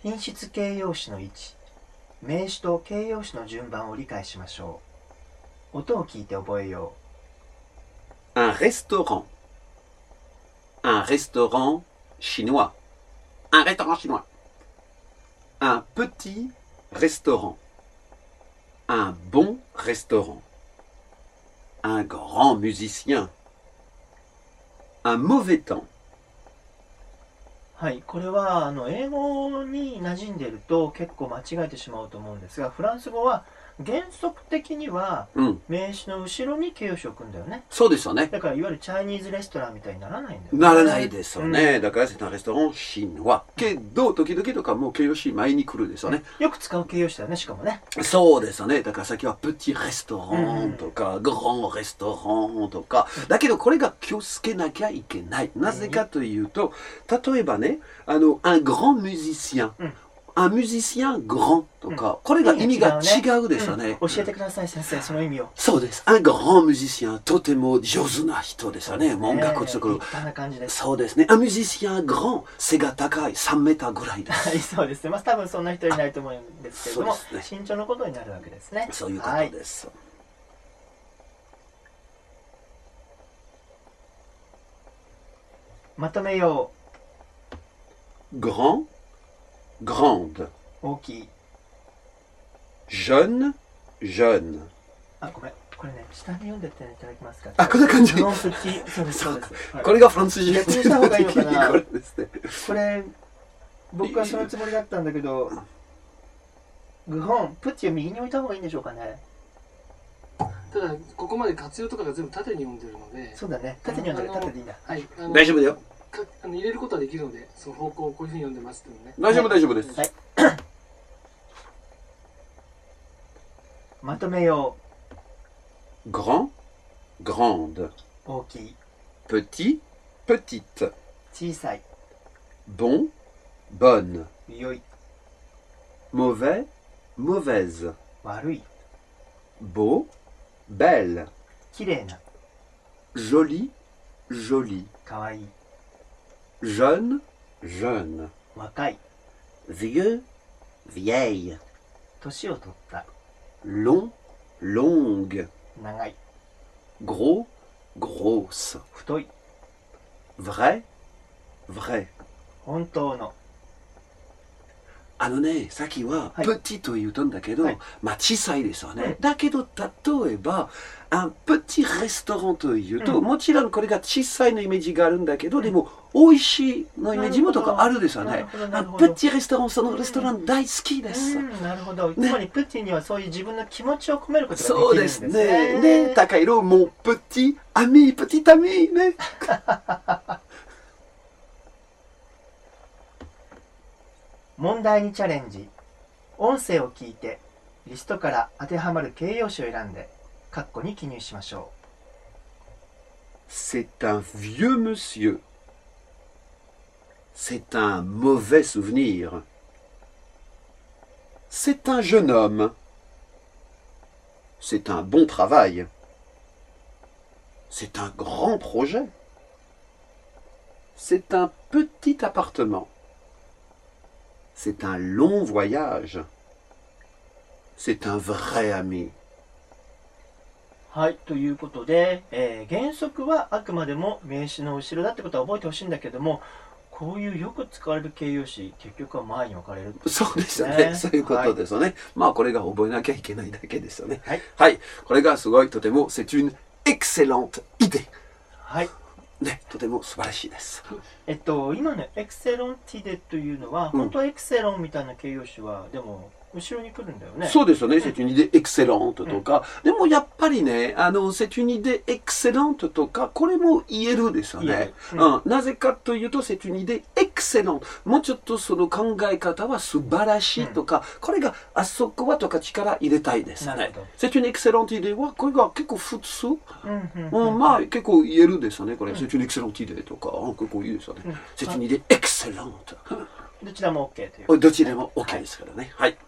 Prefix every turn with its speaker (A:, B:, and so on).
A: 品質形容詞の位置名詞と形容詞の順番を理解しましょう音を聞いて覚えよ
B: Un restaurant. Un restaurant chinois. Un restaurant chinois. Un petit restaurant. Un bon restaurant. Un grand musicien. Un mauvais temps.
A: うはいこれはあの英語に馴染んでると結構間違えてしまうと思うんですがフランス語は原則的には
B: Hum.
A: 名詞の後ろに形容詞を置くんだよね
B: So desu yo ne.
A: だからいわゆるチャイニーズレストランみたいにならないんだよね
B: ならないですよ
A: うん
B: ね。だから、c'est un restaurant chinois. けど、時々とかもう形容詞前に来るですよね。
A: よく使う形容詞だよねしかもね
B: そうですよね。だから先は、プティレストラ
A: うん
B: ンとか、グランレストランとか。だけど、これが気をつけなきゃいけない。なぜかというと、例えばね、あの、un grand musicien
A: うん。
B: un musicien grand とか、これが意味が違うですよね。
A: うん教えてください先生その意味を
B: そうです。un grand musicien とても上手な人ですよね。もう音楽を作
A: ええ
B: る
A: 立。派な感じです
B: そうですね。un musicien grand 背が高い3メーターぐらいです。
A: はい、そうですね。まあ、多分そんな人いないと思うんですけれども
B: そう、です
A: 身長のことになるわけですね。
B: そういうこ
A: はい
B: とです。
A: まとめよ
B: grand, grande,
A: う。大きい。
B: jeune, jeune.
A: あ、ごめん。これね、下に読んでっていただけますか。
B: あこんな感じ
A: ノンプチ。そうです、そうです。はい
B: これがフランス人
A: 逆 にした方がいいのかな
B: これですね。
A: これ、僕はそのつもりだったんだけど、グホン、プッチを右に置いた方がいいんでしょうかね。
C: ただここまで活用とかが全部縦に読んでるので
A: そうだね。縦に読んだら縦でいいんだ。
C: はいあの
B: 大丈夫だよ。
C: かあの入れることはできるのでその方向をこういうふうに読んでますっていうのね
B: 大丈夫大丈夫です。
A: はい。まとめよ
B: grand, grande,
A: う。大きい。
B: petit, petite,
A: 小さい。
B: bon, bonne,
A: 良い。
B: mauvais, mauvaise,
A: 悪い。
B: beau, belle,
A: 綺麗な。
B: joli, jolie,
A: 可愛い。
B: jeune, jeune,
A: 若い。
B: vieux, vieille,
A: 年を取った。
B: long, longue,
A: 長い
B: gros, grosse,
A: 太い
B: vrai, vrai.
A: 本当の
B: あのね、さっきは、
A: はい
B: プティと言うとんだけど、
A: はい
B: まあ小さいですよね。
A: うん
B: だけど、例えば、あプティレストランというと、
A: うん
B: もちろんこれが小さいのイメージがあるんだけど、でも、美味しいのイメージもとかあるですよ
A: なる
B: ね
A: ほど。な
B: あ
A: るほど
B: プティレストラン、そのレストラン大好きです。
A: うんなるほどつまりプッティにはそういう自分の気持ちを込めること
B: そ
A: が
B: う
A: できるん
B: で
A: ですね
B: すね。ね、高い色、もう、プティ、アミ、プティタミ、ね。
A: 問題にチャレンジ音声を聞いてリストから当てはまる形容詞を選んで括弧に記入しましょ
B: C'est un vieux monsieur. C'est un mauvais souvenir. C'est un jeune homme. C'est un bon travail. C'est un grand projet. C'est un petit appartement. C'est un long voyage. C'est un vrai
A: う
B: ami.
A: はいということで、えー原則はあくまでも名詞の後ろだってことは覚えてほしいんだけどもこういうよく使われる形容詞結局は前に置かれる
B: そうですよね。
A: ね
B: そういうことですよね。まあこれが覚えなきゃいけないだけですよね。
A: はい。
B: これがすごいとても、c'est une excellente idée。
A: はい
B: ね、とても素晴らしいです。
A: えっと、今のエクセロンティデというのは、
B: うん
A: 本当はエクセロンみたいな形容詞は、でも、後ろに来るんだよね。
B: そうですよね。c'est une idée excellente とか。でもやっぱりね、あの、c'est une idée excellente とか、これも言えるですよ
A: 言え
B: ね。
A: る
B: う、
A: うん
B: なぜかというと、c'est une idée excellente。もうちょっとその考え方は素晴らしいとか、これがあそこはとか力入れたいです
A: なる
B: ね
A: ほど。
B: c'est une excellente idée は、これが結構普通。
A: うんうんうん
B: うん、まあ結構言えるんですよね、これ。C'est une excellente idée とか、うん結構いいですよね
A: うん。
B: C'est une idée excellente。
A: どちらも OK という。
B: どっちでも OK ですからね。はい。